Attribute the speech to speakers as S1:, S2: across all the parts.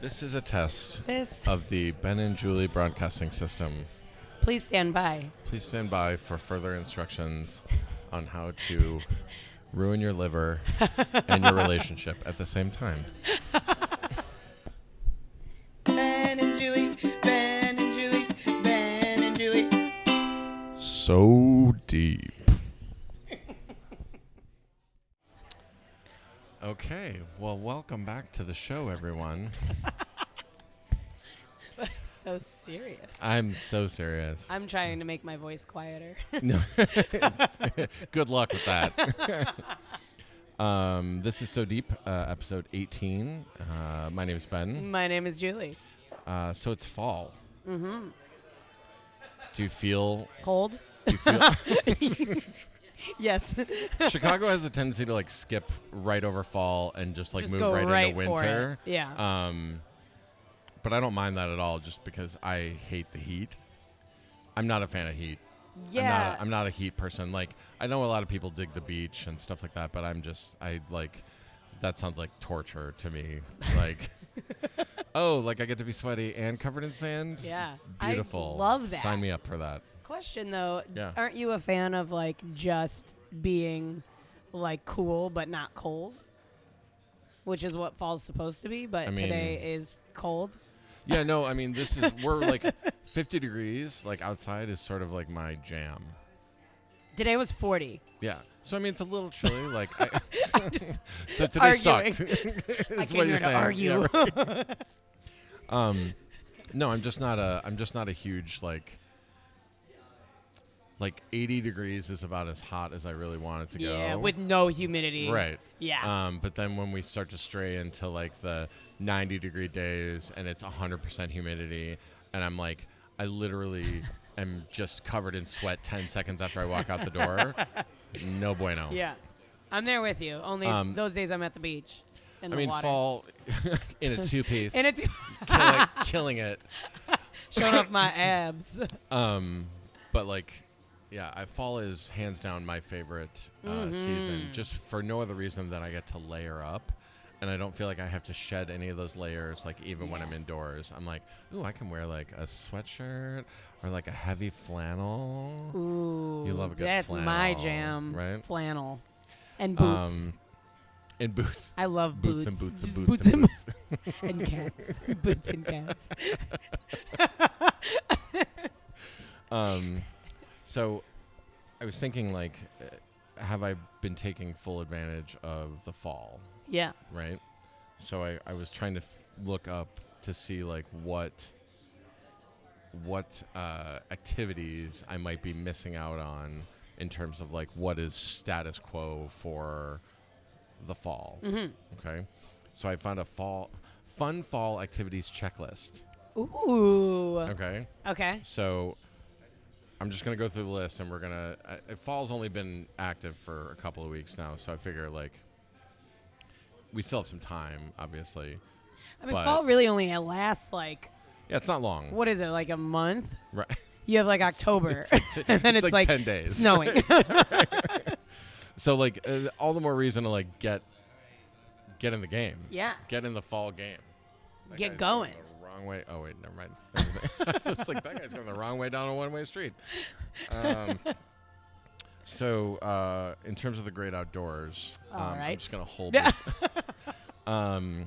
S1: This is a test
S2: This.
S1: of the Ben and Julie broadcasting system.
S2: Please stand by.
S1: Please stand by for further instructions on how to ruin your liver and your relationship at the same time.
S3: Ben and Julie, Ben and Julie, Ben and Julie.
S1: So deep. Okay, well, welcome back to the show, everyone.
S2: so serious.
S1: I'm so serious.
S2: I'm trying to make my voice quieter.
S1: No. Good luck with that. um, this is So Deep, uh, episode 18. Uh, my name's Ben.
S2: my name is Julie.
S1: Uh, so it's fall. Mm-hmm. Do you feel.
S2: Cold?
S1: Do you feel
S2: Yes.
S1: Chicago has a tendency to like skip right over fall and just like
S2: Just
S1: move
S2: go
S1: right,
S2: right
S1: into
S2: for it. Uh,
S1: winter.
S2: Yeah.
S1: Um, but I don't mind that at all just because I hate the heat. I'm not a fan of heat. I'm
S2: yeah.
S1: not, a, I'm not a heat person. Like I know a lot of people dig the beach and stuff like that, but I'm just I like that sounds like torture to me. Like oh, like I get to be sweaty and covered in sand.
S2: Yeah. I
S1: beautiful.
S2: love that.
S1: Sign me up for that.
S2: Question though,
S1: Yeah.
S2: aren't you a fan of like just being like cool but not cold? Which is what fall's supposed to be, but
S1: I
S2: today is cold.
S1: Yeah, no, I mean this is we're like 50 degrees like outside is sort of like my jam.
S2: Today was 40.
S1: Yeah. So I mean it's a little chilly like I, So today
S2: arguing.
S1: sucked. is
S2: I came here to argue.
S1: Yeah, um no i'm just not a i'm just not a huge like like 80 degrees is about as hot as i really want it to go
S2: yeah, with no humidity.
S1: right
S2: Yeah.
S1: um but then when we start to stray into like the 90 degree days and it's 100% humidity and i'm like i literally am just covered in sweat 10 seconds after i walk out the door no bueno
S2: yeah. I'm there with you. Only
S1: Um,
S2: those days I'm at the beach. In
S1: i
S2: the
S1: mean
S2: water.
S1: fall in a two piece
S2: And it's
S1: killing, killing it
S2: showing off my abs.
S1: Um, but like, yeah, I, fall is hands down my favorite uh, season, just for no other reason than I get to layer up, and I don't feel like I have to shed any of those layers. Like even when I'm indoors, I'm like, ooh, I can wear like a sweatshirt or like a heavy flannel.
S2: Ooh,
S1: love a good
S2: that's my
S1: flannel,
S2: jam.
S1: right?
S2: Flannel and boots.
S1: Um, and boots.
S2: I love
S1: Boots
S2: boots.
S1: and boots
S2: Just
S1: and boots and boots.
S2: and cats. boots and cats.
S1: Um, so I was thinking like, uh, have I been taking full advantage of the fall?
S2: Yeah.
S1: right? So I, I was trying to f- look up to see like what what uh, activities I might be missing out on in terms of like what is status quo for the fall. Okay, so I found a fall fun fall activities checklist.
S2: Ooh.
S1: Okay,
S2: Okay.
S1: so. I'm just gonna go through the list, and we're gonna. Uh, uh, fall's only been active for a couple of weeks now, so I figure like we still have some time, obviously.
S2: I mean,
S1: But-
S2: fall really only lasts like
S1: Yeah, it's not long.
S2: what is it? Like a month?
S1: Right.
S2: You have like October, and then
S1: it's
S2: it's,
S1: like 10 days.
S2: snowing.
S1: So like uh, all the more reason to like get get in the game.
S2: Yeah.
S1: Get in the fall game. That
S2: Get
S1: guy's
S2: going.
S1: the wrong way. Oh wait, never mind. I was like that guy's going the wrong way down a one-way street. Um, so uh, in terms of the great outdoors, um,
S2: All
S1: I'm
S2: right.
S1: just gonna hold this. um,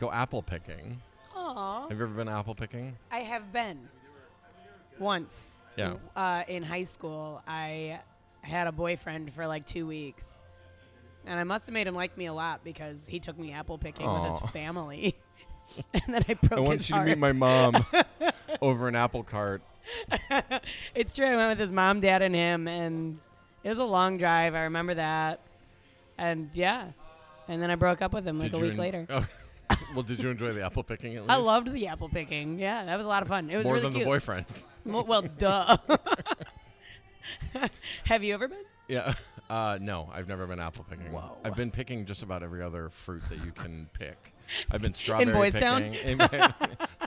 S1: go apple picking.
S2: Aw.
S1: Have you ever been apple picking?
S2: I have been once.
S1: Yeah.
S2: Uh, in high school, I had a boyfriend for like two weeks, and I must have made him like me a lot because he took me apple picking with
S1: Aw.
S2: his family, and then I broke
S1: I want
S2: his
S1: you to meet
S2: heart.
S1: my mom over an apple cart.
S2: it's true. I went with his mom, dad, and him, and it was a long drive. I remember that, and yeah, and then I broke up with him like
S1: Did
S2: a
S1: you
S2: week
S1: en-
S2: later.
S1: Oh, well, did you enjoy the apple picking at least?
S2: I loved the apple picking. Yeah, that was a lot of fun. It was
S1: more
S2: really
S1: than
S2: cute.
S1: the boyfriend.
S2: Well, well, duh. Have you ever been?
S1: yeah. Uh, no, I've never been apple picking.
S2: Whoa.
S1: I've been picking just about every other fruit that you can pick. I've been strawberry
S2: Boys Town?
S1: picking. Town.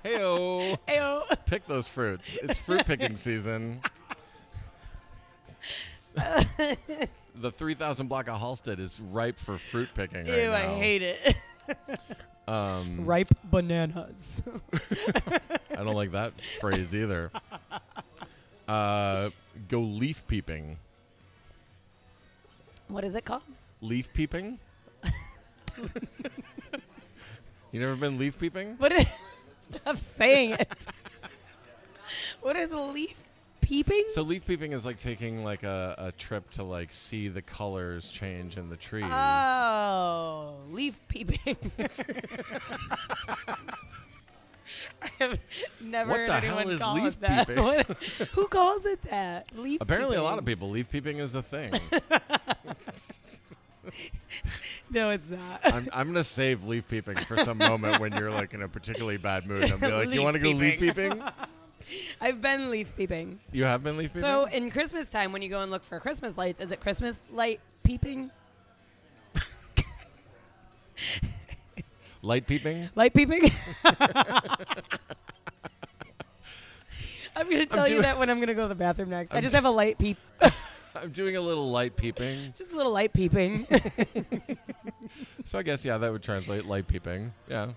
S1: Heyo,
S2: Ayo.
S1: pick those fruits. It's fruit picking season. the 3,000 block of Halstead is ripe for fruit picking right
S2: Ew,
S1: now.
S2: I hate it.
S1: Um,
S2: Ripe bananas.
S1: I don't like that phrase either. Uh, go leaf peeping.
S2: what is it called?
S1: Leaf peeping? you never been leaf peeping?
S2: What is? Stop saying it. what is leaf peeping?
S1: So leaf peeping is like taking like a, a trip to like see the colors change in the trees.
S2: Oh, leaf peeping. I have never
S1: What
S2: heard
S1: the hell
S2: anyone
S1: is
S2: call
S1: leaf
S2: it that.
S1: peeping?
S2: What- who calls it that? Leaf.
S1: Apparently, a lot of
S2: peeping.
S1: people leaf peeping is a thing.
S2: No, it's not.
S1: I'm, I'm gonna save leaf peeping for some moment when you're like in a particularly bad mood. I'm gonna be like,
S2: Leaf
S1: you want to go leaf
S2: peeping."
S1: peeping?
S2: I've been leaf peeping.
S1: You have been leaf peeping.
S2: So in Christmas time, when you go and look for Christmas lights, is it Christmas light peeping?
S1: light peeping.
S2: Light peeping? I'm gonna tell you
S1: doing-
S2: that when I'm gonna go to the bathroom next. i just have a light peep,
S1: I'm doing a little light peeping.
S2: just a little light peeping.
S1: So I guess yeah, that would translate light peeping. Yeah,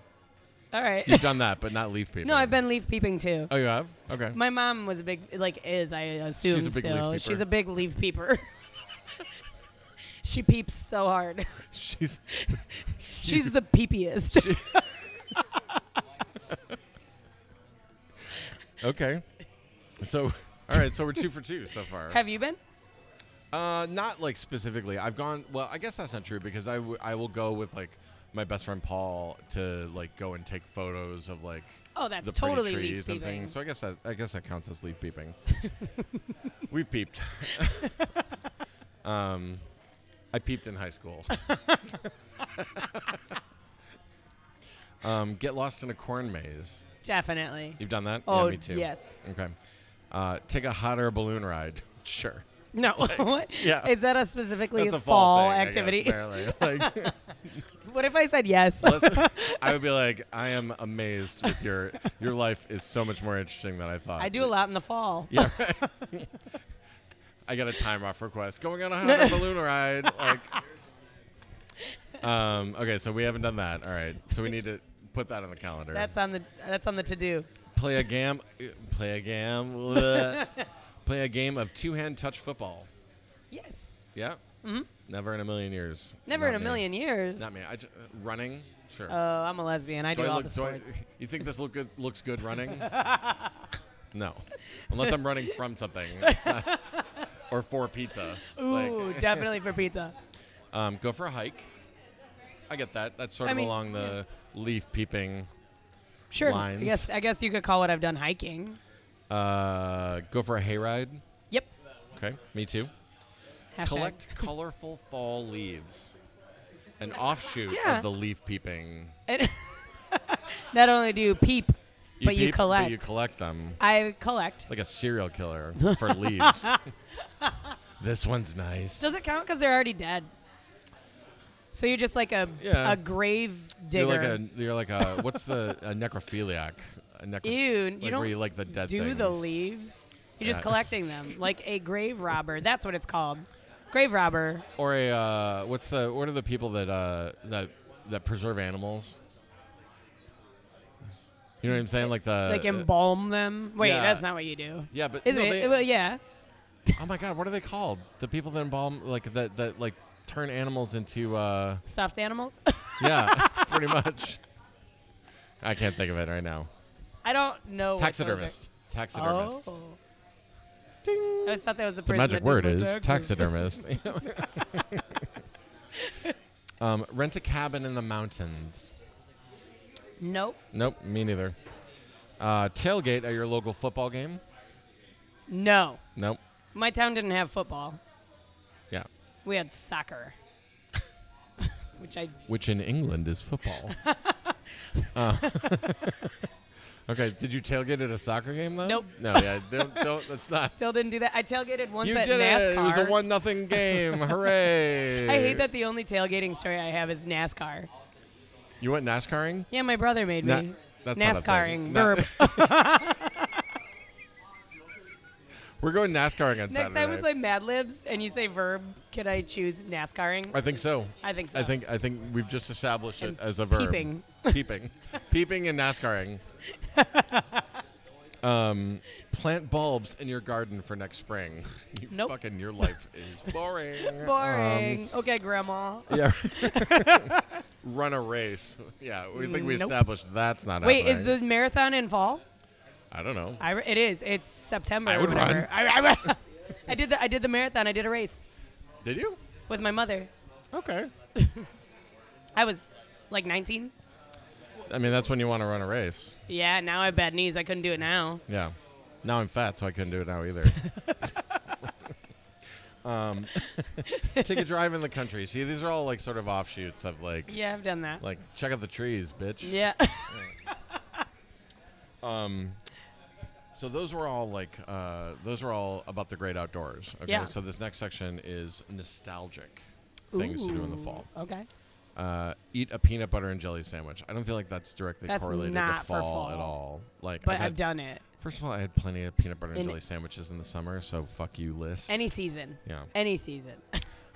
S2: All right.
S1: you've done that, but not leaf peeping.
S2: No, I've been leaf peeping too.
S1: Oh, you have? Okay.
S2: My mom was a big like is I assume
S1: She's a big leaf
S2: still.
S1: peeper.
S2: She's a big leaf peeper. she peeps so hard.
S1: She's
S2: She's the peepiest.
S1: okay. So, all right. So we're two for two so far.
S2: have you been?
S1: Uh, not like specifically. I've gone. Well, I guess that's not true because I, w- I will go with like my best friend Paul to like go and take photos of like
S2: Oh, that's
S1: the
S2: totally
S1: pretty
S2: leaf
S1: trees and
S2: peeping.
S1: things. So I guess that I guess that counts as leaf peeping. We've peeped. um, I peeped in high school. um, get lost in a corn maze.
S2: Definitely.
S1: You've done that?
S2: Oh,
S1: yeah, me too.
S2: yes.
S1: Okay. Uh, take a hot air balloon ride. Sure.
S2: No. what?
S1: yeah.
S2: Is that a specifically
S1: That's a
S2: fall,
S1: fall, thing,
S2: activity?
S1: I guess, apparently. Like,
S2: what if I said yes?
S1: listen, I would be like, I am amazed with your your life is so much more interesting than I thought.
S2: I do a lot in the fall.
S1: Yeah. Right. I got a time off request. Going on a hot air balloon ride. Like. Um. Okay. So we haven't done that. All right. So we need to put that on the calendar.
S2: That's on the that's on the to do.
S1: play a game. Play a game. bleh. play a game of two hand touch football.
S2: Yes.
S1: Yeah. Never in a million years.
S2: Mm-hmm. Never in
S1: Not
S2: a
S1: me.
S2: million years.
S1: Not me. I ju- uh, running. Sure.
S2: Oh, I'm a lesbian. I do,
S1: Do I
S2: all
S1: look-
S2: the
S1: do I-
S2: sports.
S1: you think this look good, looks good running? no, unless I'm running from something, It's not- or for pizza. Like,
S2: Ooh, definitely for pizza.
S1: um, go for a hike. I get that. That's sort
S2: I
S1: of
S2: mean,
S1: along the leaf peeping.
S2: Sure. I
S1: Lines.
S2: guess I guess you could call what I've done hiking.
S1: Uh, go for a hayride.
S2: Yep.
S1: Okay, me too.
S2: Hashtag.
S1: Collect colorful fall leaves. An offshoot
S2: Yeah.
S1: of the leaf peeping.
S2: And not only do you peep, but you
S1: peep,
S2: collect.
S1: But you collect them.
S2: I collect.
S1: like a serial killer for leaves. this one's nice.
S2: Does it count because they're already dead? So you're just like a
S1: Yeah.
S2: a grave
S1: you're
S2: digger.
S1: like a you're like a what's the a necrophiliac? A necro-
S2: Ew, you
S1: like
S2: don't
S1: where you like the dead
S2: do
S1: things.
S2: the leaves. You're just
S1: Yeah.
S2: collecting them like a grave robber. That's what it's called. Grave robber.
S1: Or a uh, what's the what are the people that uh, that that preserve animals? You know what I'm saying? Like the
S2: like
S1: uh,
S2: embalm them. Wait,
S1: yeah.
S2: that's not what you do.
S1: yeah, but
S2: Is
S1: no,
S2: it?
S1: they-
S2: well, yeah.
S1: oh my god, what are they called? The people that embalm like that that like turn animals into uh,
S2: Stuffed animals.
S1: yeah, pretty much. I can't think of it right now.
S2: I don't know. Oh, what those are.
S1: Taxidermist. Taxidermist.
S2: Oh. I always thought that was the,
S1: The
S2: person
S1: magic
S2: that did
S1: word
S2: my
S1: is
S2: taxes.
S1: taxidermist. um, rent a cabin in the mountains.
S2: Nope.
S1: Nope, me neither. Uh, tailgate at your local football game.
S2: No.
S1: Nope.
S2: My town didn't have football.
S1: Yeah.
S2: We had soccer, which I
S1: Which in England is football. Uh, okay. Did you tailgate at a soccer game though?
S2: Nope.
S1: No. Yeah. Don't. don't that's not.
S2: still didn't do that. I tailgated once
S1: You
S2: at
S1: did
S2: NASCAR.
S1: it. It was a one nothing game. Hooray!
S2: I hate that the only tailgating story I have is NASCAR.
S1: You went NASCARing.
S2: Yeah, my brother made
S1: Na-
S2: me.
S1: that's not a thing.
S2: NASCARing.
S1: Na-
S2: verb.
S1: We're going NASCARing on
S2: Next
S1: Saturday.
S2: time we play Mad Libs and you say verb, can I choose NASCARing?
S1: I think so.
S2: I think so.
S1: I think I think we've just established it
S2: And
S1: as a verb.
S2: Peeping.
S1: peeping, peeping and NASCARing. um, plant bulbs in your garden for next spring. you
S2: Nope.
S1: Fucking your life is boring. Um,
S2: Boring. okay, Grandma.
S1: yeah. Run a race. Yeah, we think we
S2: Nope.
S1: established that's not.
S2: Wait, is
S1: happening.
S2: the marathon in fall?
S1: I don't know.
S2: I, it is. It's September.
S1: I
S2: or
S1: would
S2: whatever.
S1: run.
S2: I, I, I did the I did the marathon. I did a race
S1: Did you?
S2: with my mother.
S1: Okay.
S2: I was like 19.
S1: I mean, that's when you want to run a race.
S2: Yeah, now I have bad knees. I couldn't do it now.
S1: Yeah. Now I'm fat, so I couldn't do it now either. um, take a drive in the country. See, these are all like sort of offshoots of like,
S2: Yeah, I've done that.
S1: like check out the trees, bitch.
S2: Yeah.
S1: Um, so those were all like, uh, those were all about the great outdoors. Okay.
S2: Yeah.
S1: So this next section is nostalgic things to do in the
S2: Ooh,
S1: fall.
S2: Okay.
S1: Uh, eat a peanut butter and jelly sandwich. I don't feel like that's directly
S2: That's
S1: correlated
S2: not
S1: to
S2: for
S1: fall,
S2: fall.
S1: at all. Like,
S2: But
S1: I've
S2: I've,
S1: had,
S2: done it.
S1: First of all, I had plenty of peanut butter and
S2: In-
S1: jelly sandwiches in the summer, so fuck you, list.
S2: Any season.
S1: yeah.
S2: Any season.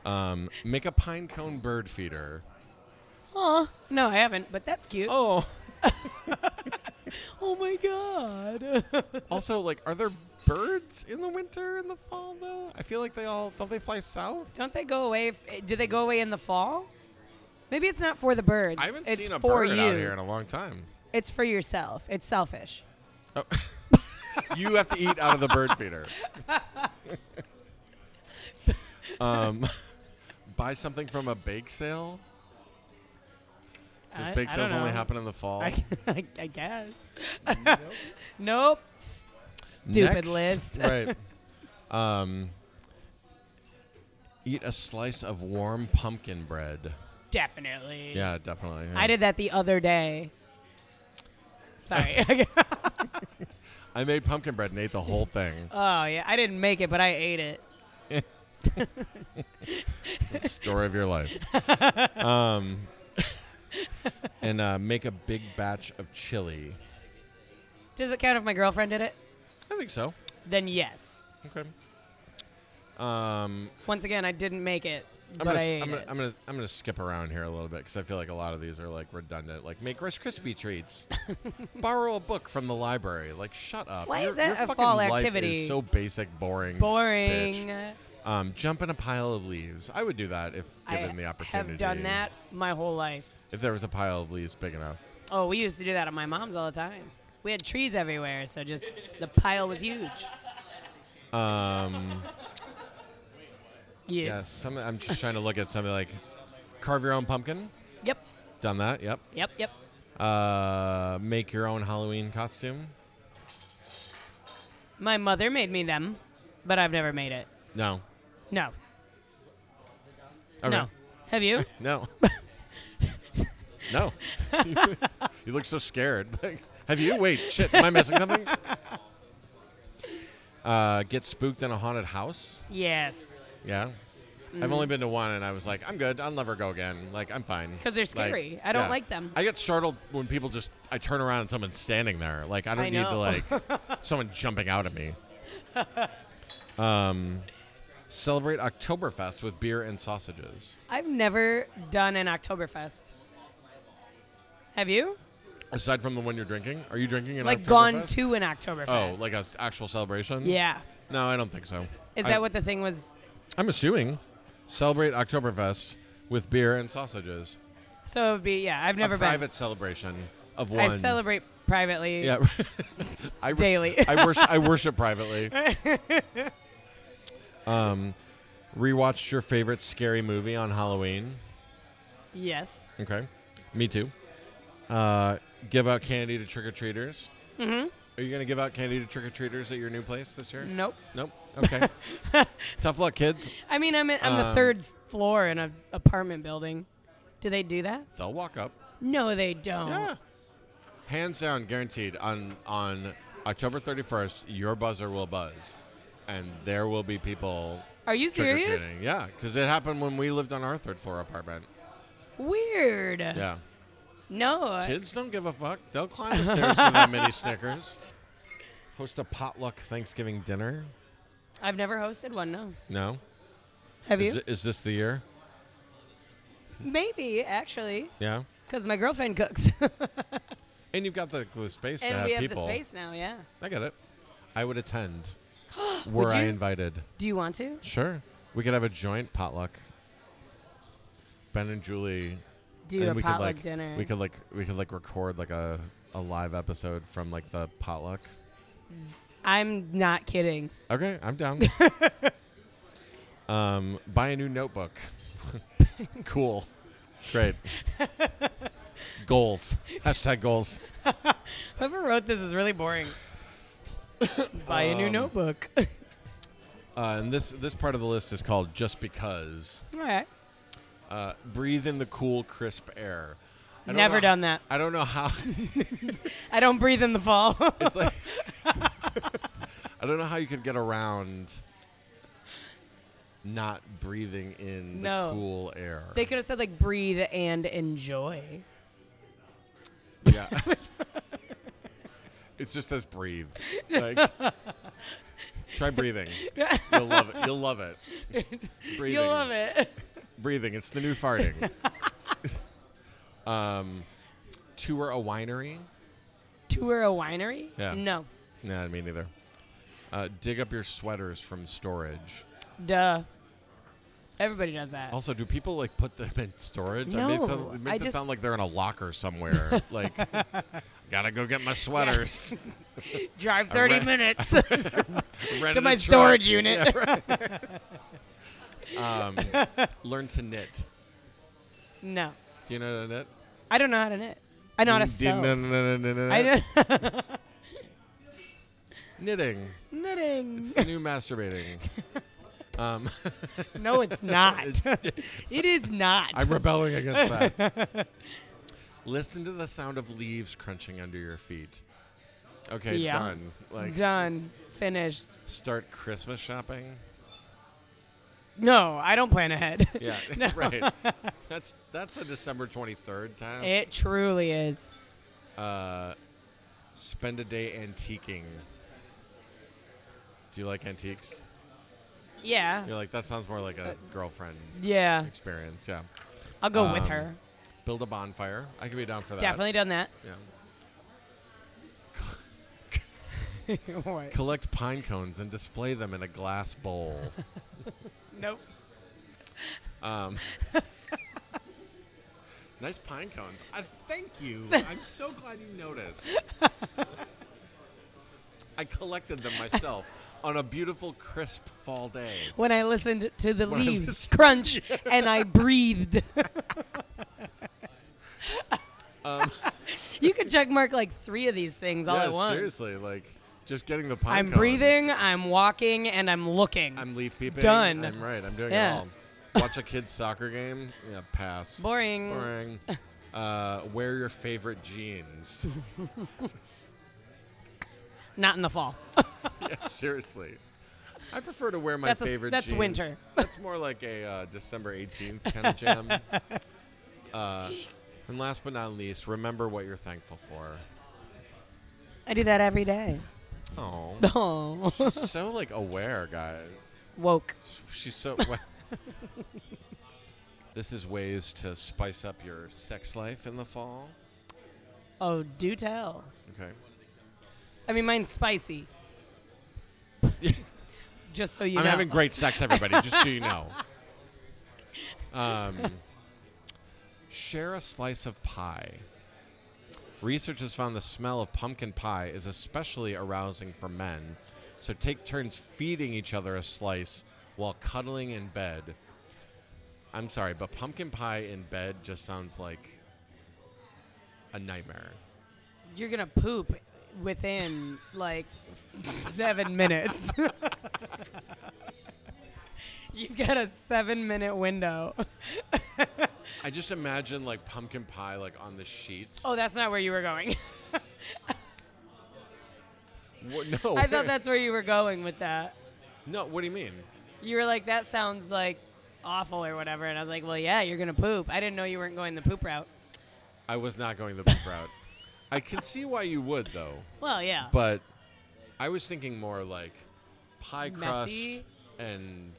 S1: Um, make a pine cone bird feeder.
S2: Oh, no, I haven't, but that's cute. Oh,
S1: Oh,
S2: my God.
S1: also, like, are there birds in the winter in the fall though? I feel like they all don't they fly south?
S2: Don't they go away? If, eh, do they go away in the fall? Maybe it's not for the birds.
S1: I haven't
S2: it's
S1: seen a
S2: for
S1: bird
S2: you.
S1: out here in a long time.
S2: It's for yourself. It's selfish.
S1: Oh. you have to eat out of the bird feeder. um, buy something from a bake sale. Because
S2: I-
S1: bake
S2: I
S1: sales
S2: don't
S1: only
S2: know.
S1: happen in the fall.
S2: I, I, I guess. nope. Stupid list.
S1: right. Um, eat a slice of warm pumpkin bread.
S2: Definitely.
S1: Yeah, definitely. yeah.
S2: I did that the other day. Sorry.
S1: I made pumpkin bread and ate the whole thing.
S2: oh yeah, I didn't make it, but I ate it.
S1: It's the Story of your life. Um, and uh, make a big batch of chili.
S2: Does it count if my girlfriend did it?
S1: I think so.
S2: Then yes.
S1: Okay. Um,
S2: Once again, I didn't make it,
S1: I'm
S2: but
S1: gonna,
S2: I
S1: s-
S2: ate
S1: I'm, gonna,
S2: it.
S1: I'm gonna I'm gonna skip around here a little bit because I feel like a lot of these are like redundant. Like make Rice Krispie treats, borrow a book from the library. Like shut up.
S2: Why
S1: Your-
S2: is that
S1: your
S2: a
S1: fucking
S2: fall
S1: life is
S2: activity?
S1: so basic, boring.
S2: Boring.
S1: bitch. Um, jump in a pile of leaves. I would do that if given
S2: I
S1: the opportunity.
S2: have done that my whole life.
S1: If there was a pile of leaves big enough.
S2: Oh, we used to do that at my mom's all the time. We had trees everywhere, so just the pile was huge.
S1: Um,
S2: Yes.
S1: yeah, some, I'm just trying to look at something like carve your own pumpkin.
S2: Yep.
S1: Done that. Yep.
S2: Yep. Yep.
S1: Uh, make your own Halloween costume.
S2: My mother made me them, but I've never made it.
S1: No.
S2: No.
S1: Okay.
S2: No. Have you?
S1: No. no. you look so scared. Like, have you? Wait, shit. Am I missing something? Uh, get spooked in a haunted house.
S2: yes.
S1: Yeah. I've
S2: Mm.
S1: only been to one, and I was like, I'm good. I'll never go again. Like, I'm fine.
S2: 'Cause they're scary. I don't like them.
S1: I get startled when people just, I turn around and someone's standing there. Like, I don't
S2: I
S1: need to,
S2: know.
S1: like, someone jumping out at me. Um, celebrate Oktoberfest with beer and sausages.
S2: I've never done an Oktoberfest. Have you?
S1: Aside from the one you're drinking, are you drinking an
S2: Like
S1: Oktoberfest?
S2: gone to an Oktoberfest?
S1: Oh, like a s- actual celebration?
S2: yeah.
S1: No, I don't think so.
S2: Is
S1: I-
S2: that what the thing was?
S1: I'm assuming? Celebrate Oktoberfest with beer and sausages.
S2: So it would be yeah. I've never
S1: a
S2: been.
S1: private celebration of one.
S2: I celebrate privately.
S1: Yeah. I wor-
S2: Daily.
S1: I worship. I worship privately. um, rewatched your favorite scary movie on Halloween.
S2: Yes.
S1: Okay. Me too. Uh, give out candy to trick or treaters.
S2: Mm-hmm.
S1: Are you gonna give out candy to trick or treaters at your new place this year?
S2: Nope.
S1: Nope. Okay. Tough luck, kids.
S2: I mean, I'm in, I'm
S1: Um,
S2: the third s- floor in an apartment building. Do they do that?
S1: They'll walk up.
S2: No, they don't.
S1: Yeah. Hands down, guaranteed. On on October 31st, your buzzer will buzz, and there will be people
S2: Are you
S1: trick or
S2: serious?
S1: treating. Yeah, because it happened when we lived on our third floor apartment.
S2: Weird.
S1: Yeah.
S2: No.
S1: Kids don't give a fuck. They'll climb the stairs for that many Snickers. Host a potluck Thanksgiving dinner.
S2: I've never hosted one. No.
S1: No.
S2: Have
S1: Is,
S2: you?
S1: thi- is this the year?
S2: Maybe actually,
S1: Yeah.
S2: because my girlfriend cooks,
S1: And you've got the, the space to
S2: and
S1: have
S2: we have
S1: people.
S2: the space now. Yeah.
S1: I get it. I would attend. were I
S2: you?
S1: invited?
S2: Do you want to?
S1: Sure. We could have a joint potluck. Ben and Julie.
S2: Do
S1: and
S2: a
S1: we
S2: potluck
S1: could like
S2: dinner?
S1: we could like we could like record like a a live episode from like the potluck.
S2: I'm not kidding.
S1: Okay, I'm down. um, buy a new notebook. cool. Great. goals. Hashtag goals.
S2: Whoever wrote this is really boring. Buy a new
S1: Um,
S2: notebook.
S1: Uh, and this this part of the list is called just because.
S2: All right.
S1: Uh, breathe in the cool, crisp air. I don't
S2: Never
S1: know-
S2: done that.
S1: I don't know how.
S2: I don't breathe in the fall.
S1: It's like I don't know how you could get around not breathing in
S2: No.
S1: the cool air.
S2: they could have said like breathe and enjoy.
S1: Yeah. it just says breathe. Like, try breathing. You'll love it. You'll love it. Breathing.
S2: You'll love it.
S1: Breathing. It's the new farting. um, tour a winery.
S2: Tour a winery?
S1: Yeah.
S2: No.
S1: Nah, me neither. Uh, dig up your sweaters from storage.
S2: Duh. Everybody does that.
S1: Also, do people like put them in storage? I mean, it, sound-
S2: No,
S1: it
S2: I
S1: makes it
S2: just-
S1: sound like they're in a locker somewhere. like, gotta go get my sweaters.
S2: Drive 30
S1: ran-
S2: minutes.
S1: Rented
S2: To my
S1: a truck.
S2: storage unit.
S1: Yeah, right. um, learn to knit.
S2: no.
S1: Do you know how to knit?
S2: I don't know how to knit. I know how to
S1: Do you know-
S2: sew.
S1: no, no, no, no, no.
S2: I know
S1: Knitting.
S2: knitting.
S1: It's the new masturbating. Um,
S2: No, it's not. it is not.
S1: I'm rebelling against that. Listen to the sound of leaves crunching under your feet. Okay,
S2: Yeah.
S1: done. Like,
S2: Done. Finished.
S1: start Christmas shopping.
S2: No, I don't plan ahead.
S1: Yeah, right. That's that's a December 23rd task.
S2: it truly is.
S1: uh, spend a day antiquing. Do you like antiques?
S2: Yeah.
S1: You're like that sounds more like a girlfriend
S2: Uh, Yeah.
S1: experience. Yeah.
S2: I'll go with
S1: Um,
S2: her.
S1: Build a bonfire. I could be down for that.
S2: Definitely done that.
S1: Yeah.
S2: What?
S1: Collect pine cones and display them in a glass bowl.
S2: Nope.
S1: Um, nice pine cones. Uh, thank you. I'm so glad you noticed. I collected them myself on a beautiful, crisp fall day.
S2: When I listened to the
S1: When I
S2: leaves
S1: listened-
S2: crunch and I breathed.
S1: Um,
S2: you could check mark like three of these things all
S1: yeah,
S2: at once.
S1: seriously, like just getting the pine
S2: I'm
S1: cones.
S2: breathing, I'm walking, and I'm looking.
S1: I'm leaf peeping.
S2: Done.
S1: I'm right. I'm doing
S2: Yeah.
S1: it all. Watch a kid's soccer game. Yeah, pass.
S2: Boring.
S1: Boring. Uh, wear your favorite jeans.
S2: Not in the fall.
S1: yeah, seriously. I prefer to wear my
S2: That's a s-
S1: favorite
S2: that's
S1: jeans.
S2: winter.
S1: That's more like a uh, December 18th kind of jam. uh, and last but not least, remember what you're thankful for.
S2: I do that every day.
S1: Oh,
S2: Oh.
S1: she's so like aware, guys.
S2: Woke.
S1: She's so. Wa- this is ways to spice up your sex life in the fall.
S2: Oh, do tell.
S1: Okay.
S2: I mean, mine's spicy. Just so you
S1: I'm
S2: know.
S1: having great sex, everybody, just so you know. Um, share a slice of pie. Research has found the smell of pumpkin pie is especially arousing for men, so take turns feeding each other a slice while cuddling in bed. I'm sorry, but pumpkin pie in bed just sounds like a nightmare.
S2: You're gonna poop within like seven minutes. You've got a seven minute window.
S1: I just imagine like pumpkin pie like on the sheets.
S2: Oh, that's not where you were going.
S1: Wha- no,
S2: I thought that's where you were going with that.
S1: no. What do you mean?
S2: You were like, that sounds like awful or whatever. And I was like, well, yeah, you're gonna poop. I didn't know you weren't going the poop route.
S1: I was not going the poop route. I can see why you would though,
S2: Well, yeah.
S1: but I was thinking more like pie crust
S2: messy.
S1: and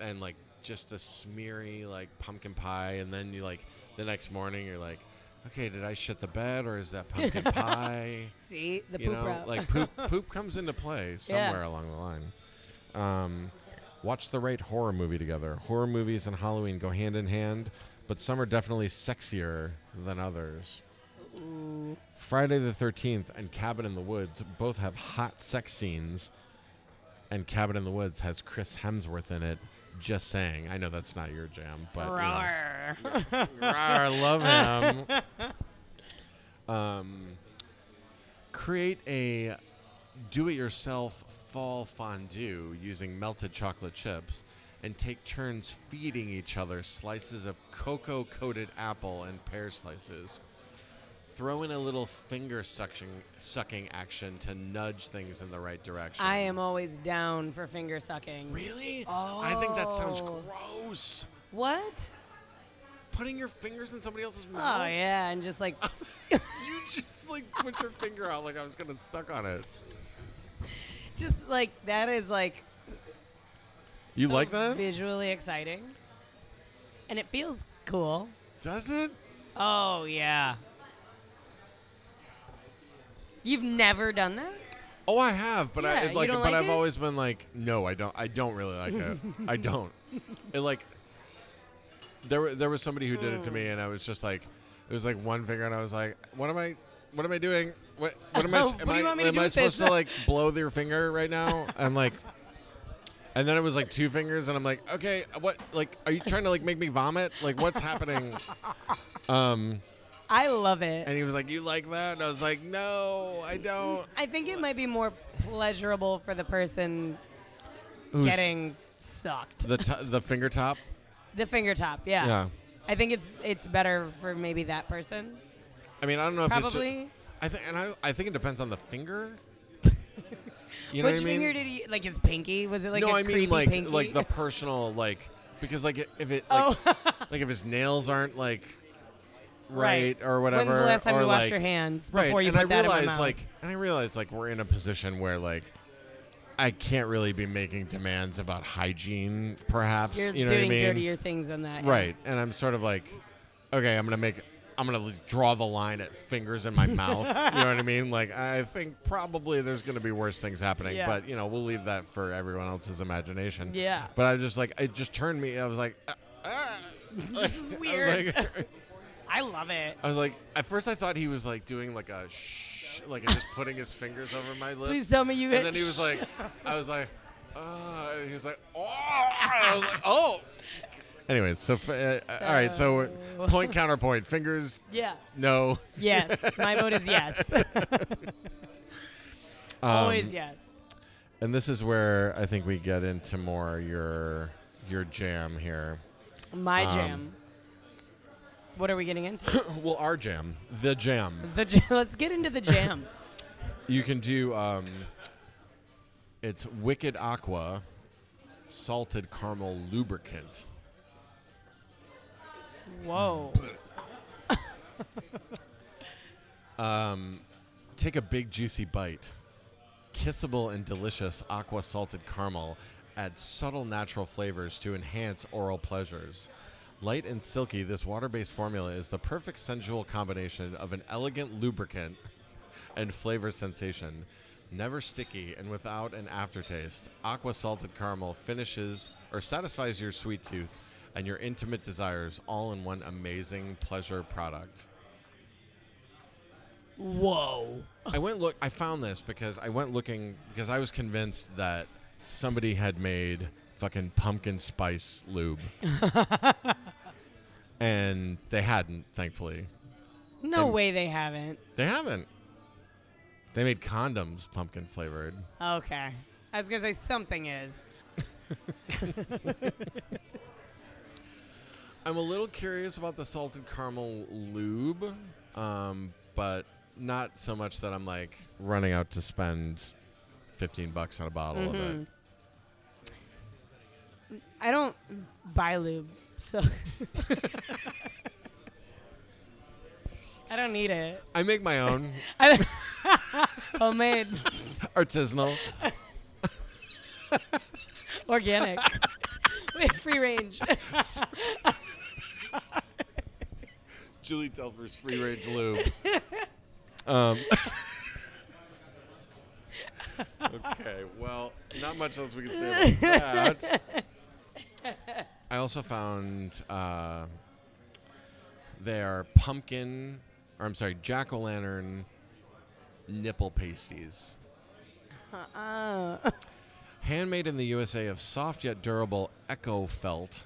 S1: and like just a smeary like pumpkin pie, and then you like the next morning you're like, okay, did I shit the bed or is that pumpkin pie?
S2: See the
S1: you
S2: poop
S1: know,
S2: route.
S1: like poop poop comes into play somewhere
S2: Yeah.
S1: along the line. Um, watch the right horror movie together. Horror movies and Halloween go hand in hand, but some are definitely sexier than others. Friday the 13th and Cabin in the Woods both have hot sex scenes, and Cabin in the Woods has Chris Hemsworth in it. Just saying. I know that's not your jam, but. uh, you know.
S2: Roar.
S1: Rawr, I love him. um, create a do-it-yourself fall fondue using melted chocolate chips, and take turns feeding each other slices of cocoa-coated apple and pear slices. Throw in a little finger suction, sucking action to nudge things in the right direction.
S2: I am always down for finger sucking.
S1: Really? I think that sounds
S2: Oh.
S1: gross.
S2: What?
S1: Putting your fingers in somebody else's mouth.
S2: Oh yeah, and just like
S1: You just like put your finger out like I was gonna suck on it.
S2: just like that is like
S1: You
S2: so
S1: like that?
S2: Visually exciting. And it feels cool.
S1: Does it?
S2: Oh yeah. You've never done that?
S1: Oh, I have, but I
S2: Yeah,
S1: it,
S2: you
S1: like,
S2: don't
S1: but
S2: like
S1: I've
S2: it?
S1: always been like, no, I don't, I don't really like it. I don't. It like there, wa- there was somebody who did it to me,
S2: Hmm.
S1: and I was just like, it was like one finger, and I was like, what am I, what am I doing? What, what am I?
S2: What
S1: am
S2: do you
S1: I,
S2: want me to
S1: am
S2: do
S1: I
S2: with
S1: supposed
S2: this?
S1: to like blow their finger right now? I'm like. And then it was like two fingers, and I'm like, okay, what? Like, are you trying to like make me vomit? Like, what's happening? Um,
S2: I love it.
S1: And he was like, "You like that?" And I was like, "No, I don't."
S2: I think it might be more pleasurable for the person getting sucked.
S1: the t- the finger top?
S2: The finger top, yeah.
S1: Yeah.
S2: I think it's it's better for maybe that person.
S1: I mean, I don't know if It's
S2: Probably.
S1: ju- I think, and I, I think it depends on the finger. You know
S2: Which
S1: what I mean?
S2: finger did he like his pinky? Was it like
S1: no,
S2: I
S1: I mean like
S2: pinky?
S1: like the personal like because like it- if it
S2: Oh.
S1: like, like if his nails aren't like right,
S2: Right.
S1: or whatever.
S2: When's the last time
S1: or
S2: you washed
S1: like-
S2: your hands
S1: Right,
S2: before you
S1: and
S2: put
S1: I
S2: that
S1: realize
S2: in my mouth?
S1: like and I realize like we're in a position where like. I can't really be making demands about hygiene, perhaps.
S2: You're
S1: you know
S2: doing
S1: what I mean?
S2: dirtier things than that. yeah.
S1: Right. And I'm sort of like, okay, I'm going to make, I'm going to like, draw the line at fingers in my mouth. you know what I mean? Like, I think probably there's going to be worse things happening,
S2: Yeah.
S1: but, you know, we'll leave that for everyone else's imagination.
S2: Yeah.
S1: But I just like, it just turned me, I was like, ah, ah. this
S2: is weird.
S1: I was like,
S2: I love it.
S1: I was like- at first I thought he was like doing like a shh, like just putting his fingers over my lips.
S2: Please tell me you hit
S1: And then he was like, I was like, uh, and he was like, oh, I was like, oh. Anyways, so, f- uh, all right, so we're- point counterpoint, fingers,
S2: Yeah.
S1: no.
S2: Yes. My vote is yes.
S1: Um,
S2: Always yes.
S1: And this is where I think we get into more your your jam here.
S2: My
S1: um,
S2: jam. What are we getting into?
S1: well, our jam, the jam.
S2: the jam. Let's get into the jam.
S1: You can do um, it's wicked aqua, salted caramel lubricant.
S2: Whoa.
S1: Take a big juicy bite. Kissable and delicious aqua salted caramel adds subtle natural flavors to enhance oral pleasures. Light and silky, this water based formula is the perfect sensual combination of an elegant lubricant and flavor sensation. Never sticky and without an aftertaste, aqua salted caramel finishes or satisfies your sweet tooth and your intimate desires all in one amazing pleasure product.
S2: Whoa.
S1: I went look. I found this because I went looking because I was convinced that somebody had made fucking pumpkin spice lube, and they hadn't. Thankfully,
S2: No
S1: And-
S2: way they haven't.
S1: they haven't. They made condoms pumpkin flavored.
S2: Okay. I was gonna say something is.
S1: I'm a little curious about the salted caramel lube, um, but not so much that I'm like running out to spend fifteen bucks on a bottle of it.
S2: I don't buy lube, so I don't need it.
S1: I make my own
S2: I- Homemade,
S1: artisanal.
S2: organic. We have free range.
S1: Julie Telfer's free range lube. um, okay, well, not much else we can say about that. I also found uh, their pumpkin, or I'm sorry, jack o' lantern nipple pasties.
S2: Uh,
S1: Handmade in the USA of soft yet durable echo felt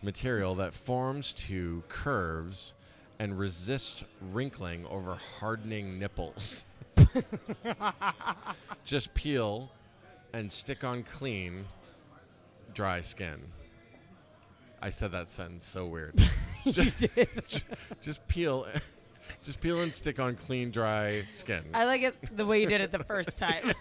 S1: material that forms to curves and resists wrinkling over hardening nipples. Just peel and stick on clean, dry skin. I said that sentence so weird. just, just peel, just peel and stick on clean, dry skin.
S2: I like it the way you did it the first time.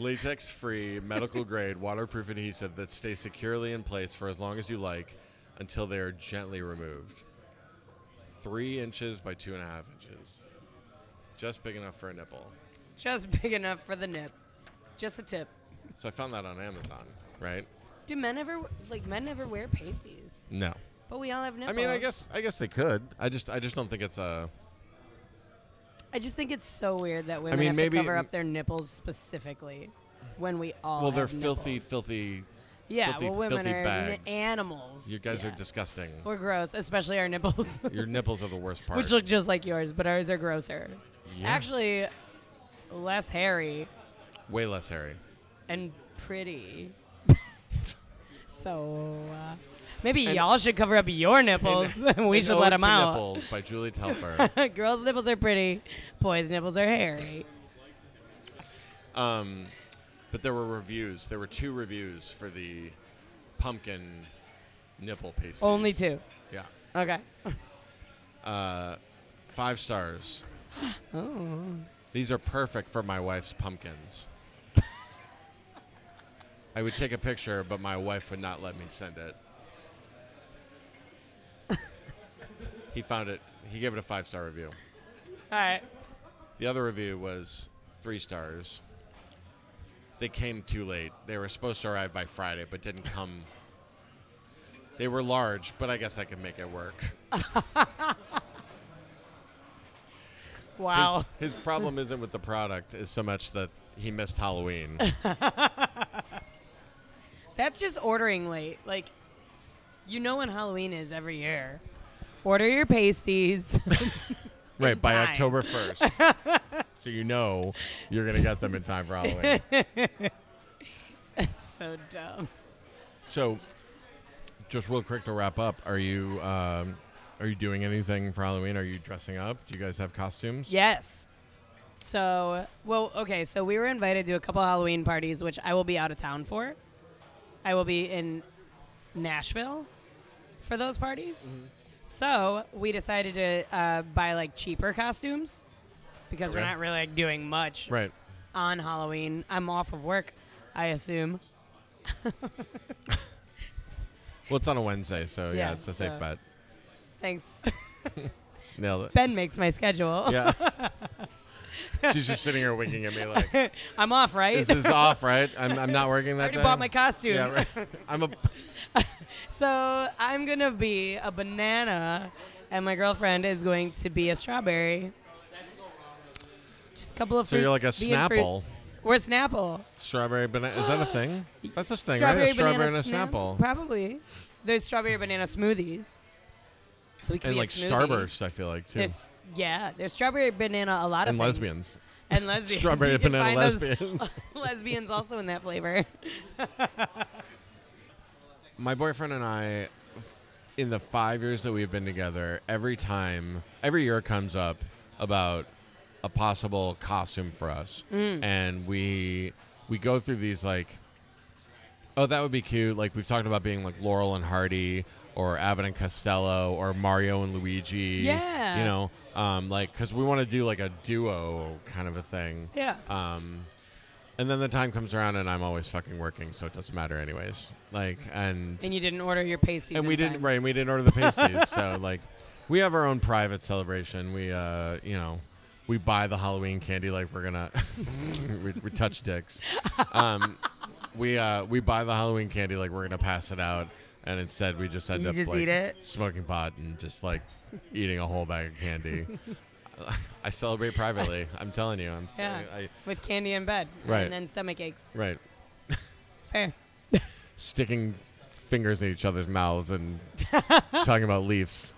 S1: Latex free, medical grade, waterproof adhesive that stays securely in place for as long as you like until they are gently removed. Three inches by two and a half inches. Just big enough for a nipple.
S2: Just big enough for the nip. Just the tip.
S1: So I found that on Amazon, right?
S2: Do men ever like men never wear pasties?
S1: No.
S2: But we all have
S1: I
S2: nipples.
S1: mean I guess I guess they could. I just I just don't think it's a
S2: I just think it's so weird that women
S1: mean,
S2: have
S1: maybe-
S2: to cover up their nipples specifically when we all
S1: well they're
S2: have
S1: filthy,
S2: nipples.
S1: filthy
S2: Yeah,
S1: filthy-
S2: well, women
S1: filthy
S2: are
S1: bags.
S2: ni- animals.
S1: you guys
S2: Yeah.
S1: are disgusting.
S2: We're gross, especially our nipples,
S1: Your nipples are the worst part.
S2: which look just like yours, but ours are grosser.
S1: Yeah.
S2: Actually, less hairy
S1: way less hairy.
S2: and pretty. so uh, maybe
S1: And-
S2: y'all should cover up your nipples. and we
S1: And
S2: should
S1: Ode
S2: let them
S1: to
S2: out.
S1: Nipples by Julie Telfer.
S2: Girls' nipples are pretty. Boys' nipples are hairy.
S1: Um, but there were reviews. There were two reviews for the pumpkin nipple pasties.
S2: Only two.
S1: Yeah.
S2: Okay.
S1: Uh, five stars.
S2: Oh.
S1: These are perfect for my wife's pumpkins. I would take a picture, but my wife would not let me send it. he found it. He gave it a five star review.
S2: All right.
S1: The other review was three stars. They came too late. They were supposed to arrive by Friday, but didn't come. They were large, but I guess I could make it work.
S2: Wow.
S1: His, his problem isn't with the product, is so much that he missed Halloween.
S2: That's just ordering late. Like, you know when Halloween is every year. Order your pasties.
S1: right, by
S2: time.
S1: October 1st. so you know you're going to get them in time for Halloween.
S2: so dumb.
S1: so, just real quick to wrap up, are you. Um, are you doing anything for Halloween? Are you dressing up? Do you guys have costumes?
S2: Yes. So, well, okay. So we were invited to a couple Halloween parties, which I will be out of town for. I will be in Nashville for those parties.
S1: Mm-hmm.
S2: So we decided to uh, buy like cheaper costumes because we're
S1: Okay.
S2: not really like doing much
S1: Right.
S2: on Halloween. I'm off of work, I assume.
S1: Well, it's on a Wednesday, so yeah,
S2: Yeah,
S1: it's a safe
S2: so-
S1: bet.
S2: Thanks.
S1: Nailed it.
S2: Ben makes my schedule.
S1: Yeah. She's just sitting here winking at me like,
S2: I'm off, right?
S1: "Is this off? Right? I'm, I'm not working that
S2: I already
S1: day."
S2: bought my costume.
S1: Yeah, right. I'm a.
S2: So I'm gonna be a banana, and my girlfriend is going to be a strawberry. Just a couple of
S1: So
S2: fruits.
S1: you're like a
S2: vegan
S1: Snapple.
S2: fruits. We're Snapple.
S1: Strawberry banana. Is that a thing? That's a thing,
S2: strawberry
S1: right? A strawberry
S2: banana
S1: and a
S2: snap-
S1: Snapple.
S2: Probably. There's strawberry banana smoothies. So we can
S1: and
S2: be a
S1: like
S2: smoothie.
S1: Starburst, I feel like too.
S2: There's yeah, there's strawberry banana a lot of
S1: and
S2: things.
S1: lesbians.
S2: and lesbians.
S1: Strawberry
S2: You can
S1: banana
S2: find those
S1: lesbians.
S2: lesbians also in that flavor.
S1: my boyfriend and I, in the five years that we've been together, every time, every year comes up about a possible costume for us, and we we go through these like, oh, that would be cute. Like we've talked about being like Laurel and Hardy or Abbott and Costello or Mario and Luigi.
S2: Yeah.
S1: you know, um, like because we want to do like a duo kind of a thing.
S2: Yeah.
S1: Um, and then the time comes around, and I'm always fucking working, so it doesn't matter, anyways. Like, and
S2: And you didn't order your pasties.
S1: and we
S2: in time.
S1: didn't right, and we didn't order the pasties, so like, we have our own private celebration. We, uh, you know, we buy the Halloween candy like we're gonna we, we touch dicks. Um, we uh, we buy the Halloween candy like we're gonna pass it out, and instead we just end
S2: You
S1: up
S2: just
S1: like
S2: eat it?
S1: smoking pot and just like eating a whole bag of candy. I celebrate privately. I'm telling you. I'm s-
S2: Yeah.
S1: I-
S2: with candy in bed,
S1: Right.
S2: And then stomach aches.
S1: right.
S2: Fair.
S1: Sticking fingers in each other's mouths and talking about leaves.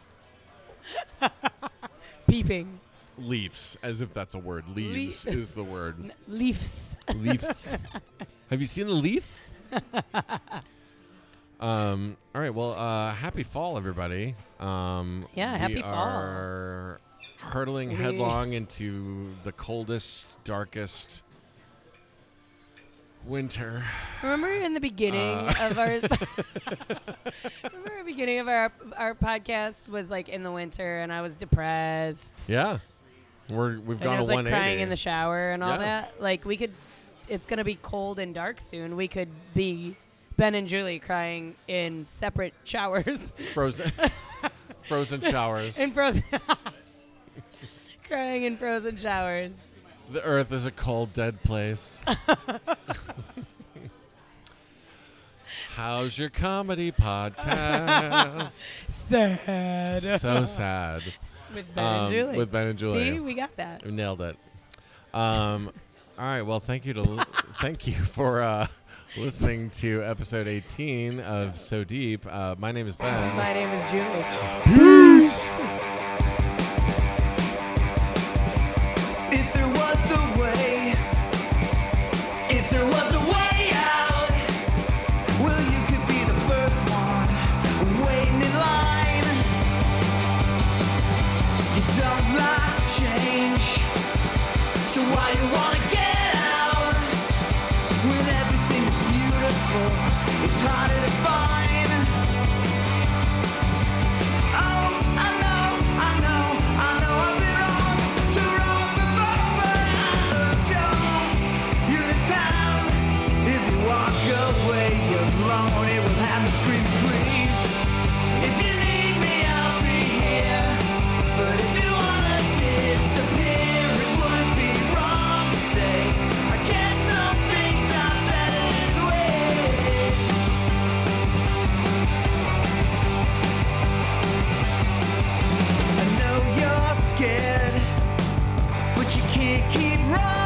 S2: Peeping.
S1: Leaves, as if that's a word. Leaves is the word.
S2: Leafs.
S1: Leafs. Have you seen the Leafs? um. All right. Well. Uh. Happy fall, everybody. Um.
S2: Yeah,
S1: We
S2: happy fall.
S1: are hurtling
S2: We-
S1: headlong into the coldest, darkest winter.
S2: Remember in the beginning
S1: Uh.
S2: of our Remember the beginning of our our podcast was like in the winter and I was depressed.
S1: Yeah. We're we've
S2: And
S1: gone
S2: I was
S1: to
S2: like
S1: 180.
S2: crying in the shower and all
S1: Yeah.
S2: that. Like we could it's gonna be cold and dark soon. We could be Ben and Julie crying in separate showers
S1: frozen. frozen showers.
S2: in frozen crying in frozen showers.
S1: The earth is a cold, dead place. How's your comedy podcast?
S2: Sad
S1: so sad.
S2: with Ben
S1: Um,
S2: and Julie.
S1: With Ben and Julie.
S2: See, we got that.
S1: We nailed it. Um, all right. Well, thank you to thank you for uh, listening to episode 18 of So Deep. Uh, my name is Ben.
S2: My name is Julie.
S4: If there was a way, if there was a way out, well, you could be the first one waiting in line. You don't like change, so why you wanna get out when everything that's beautiful is harder to find? I Guess some things are better this way. I know you're scared, but you can't keep running.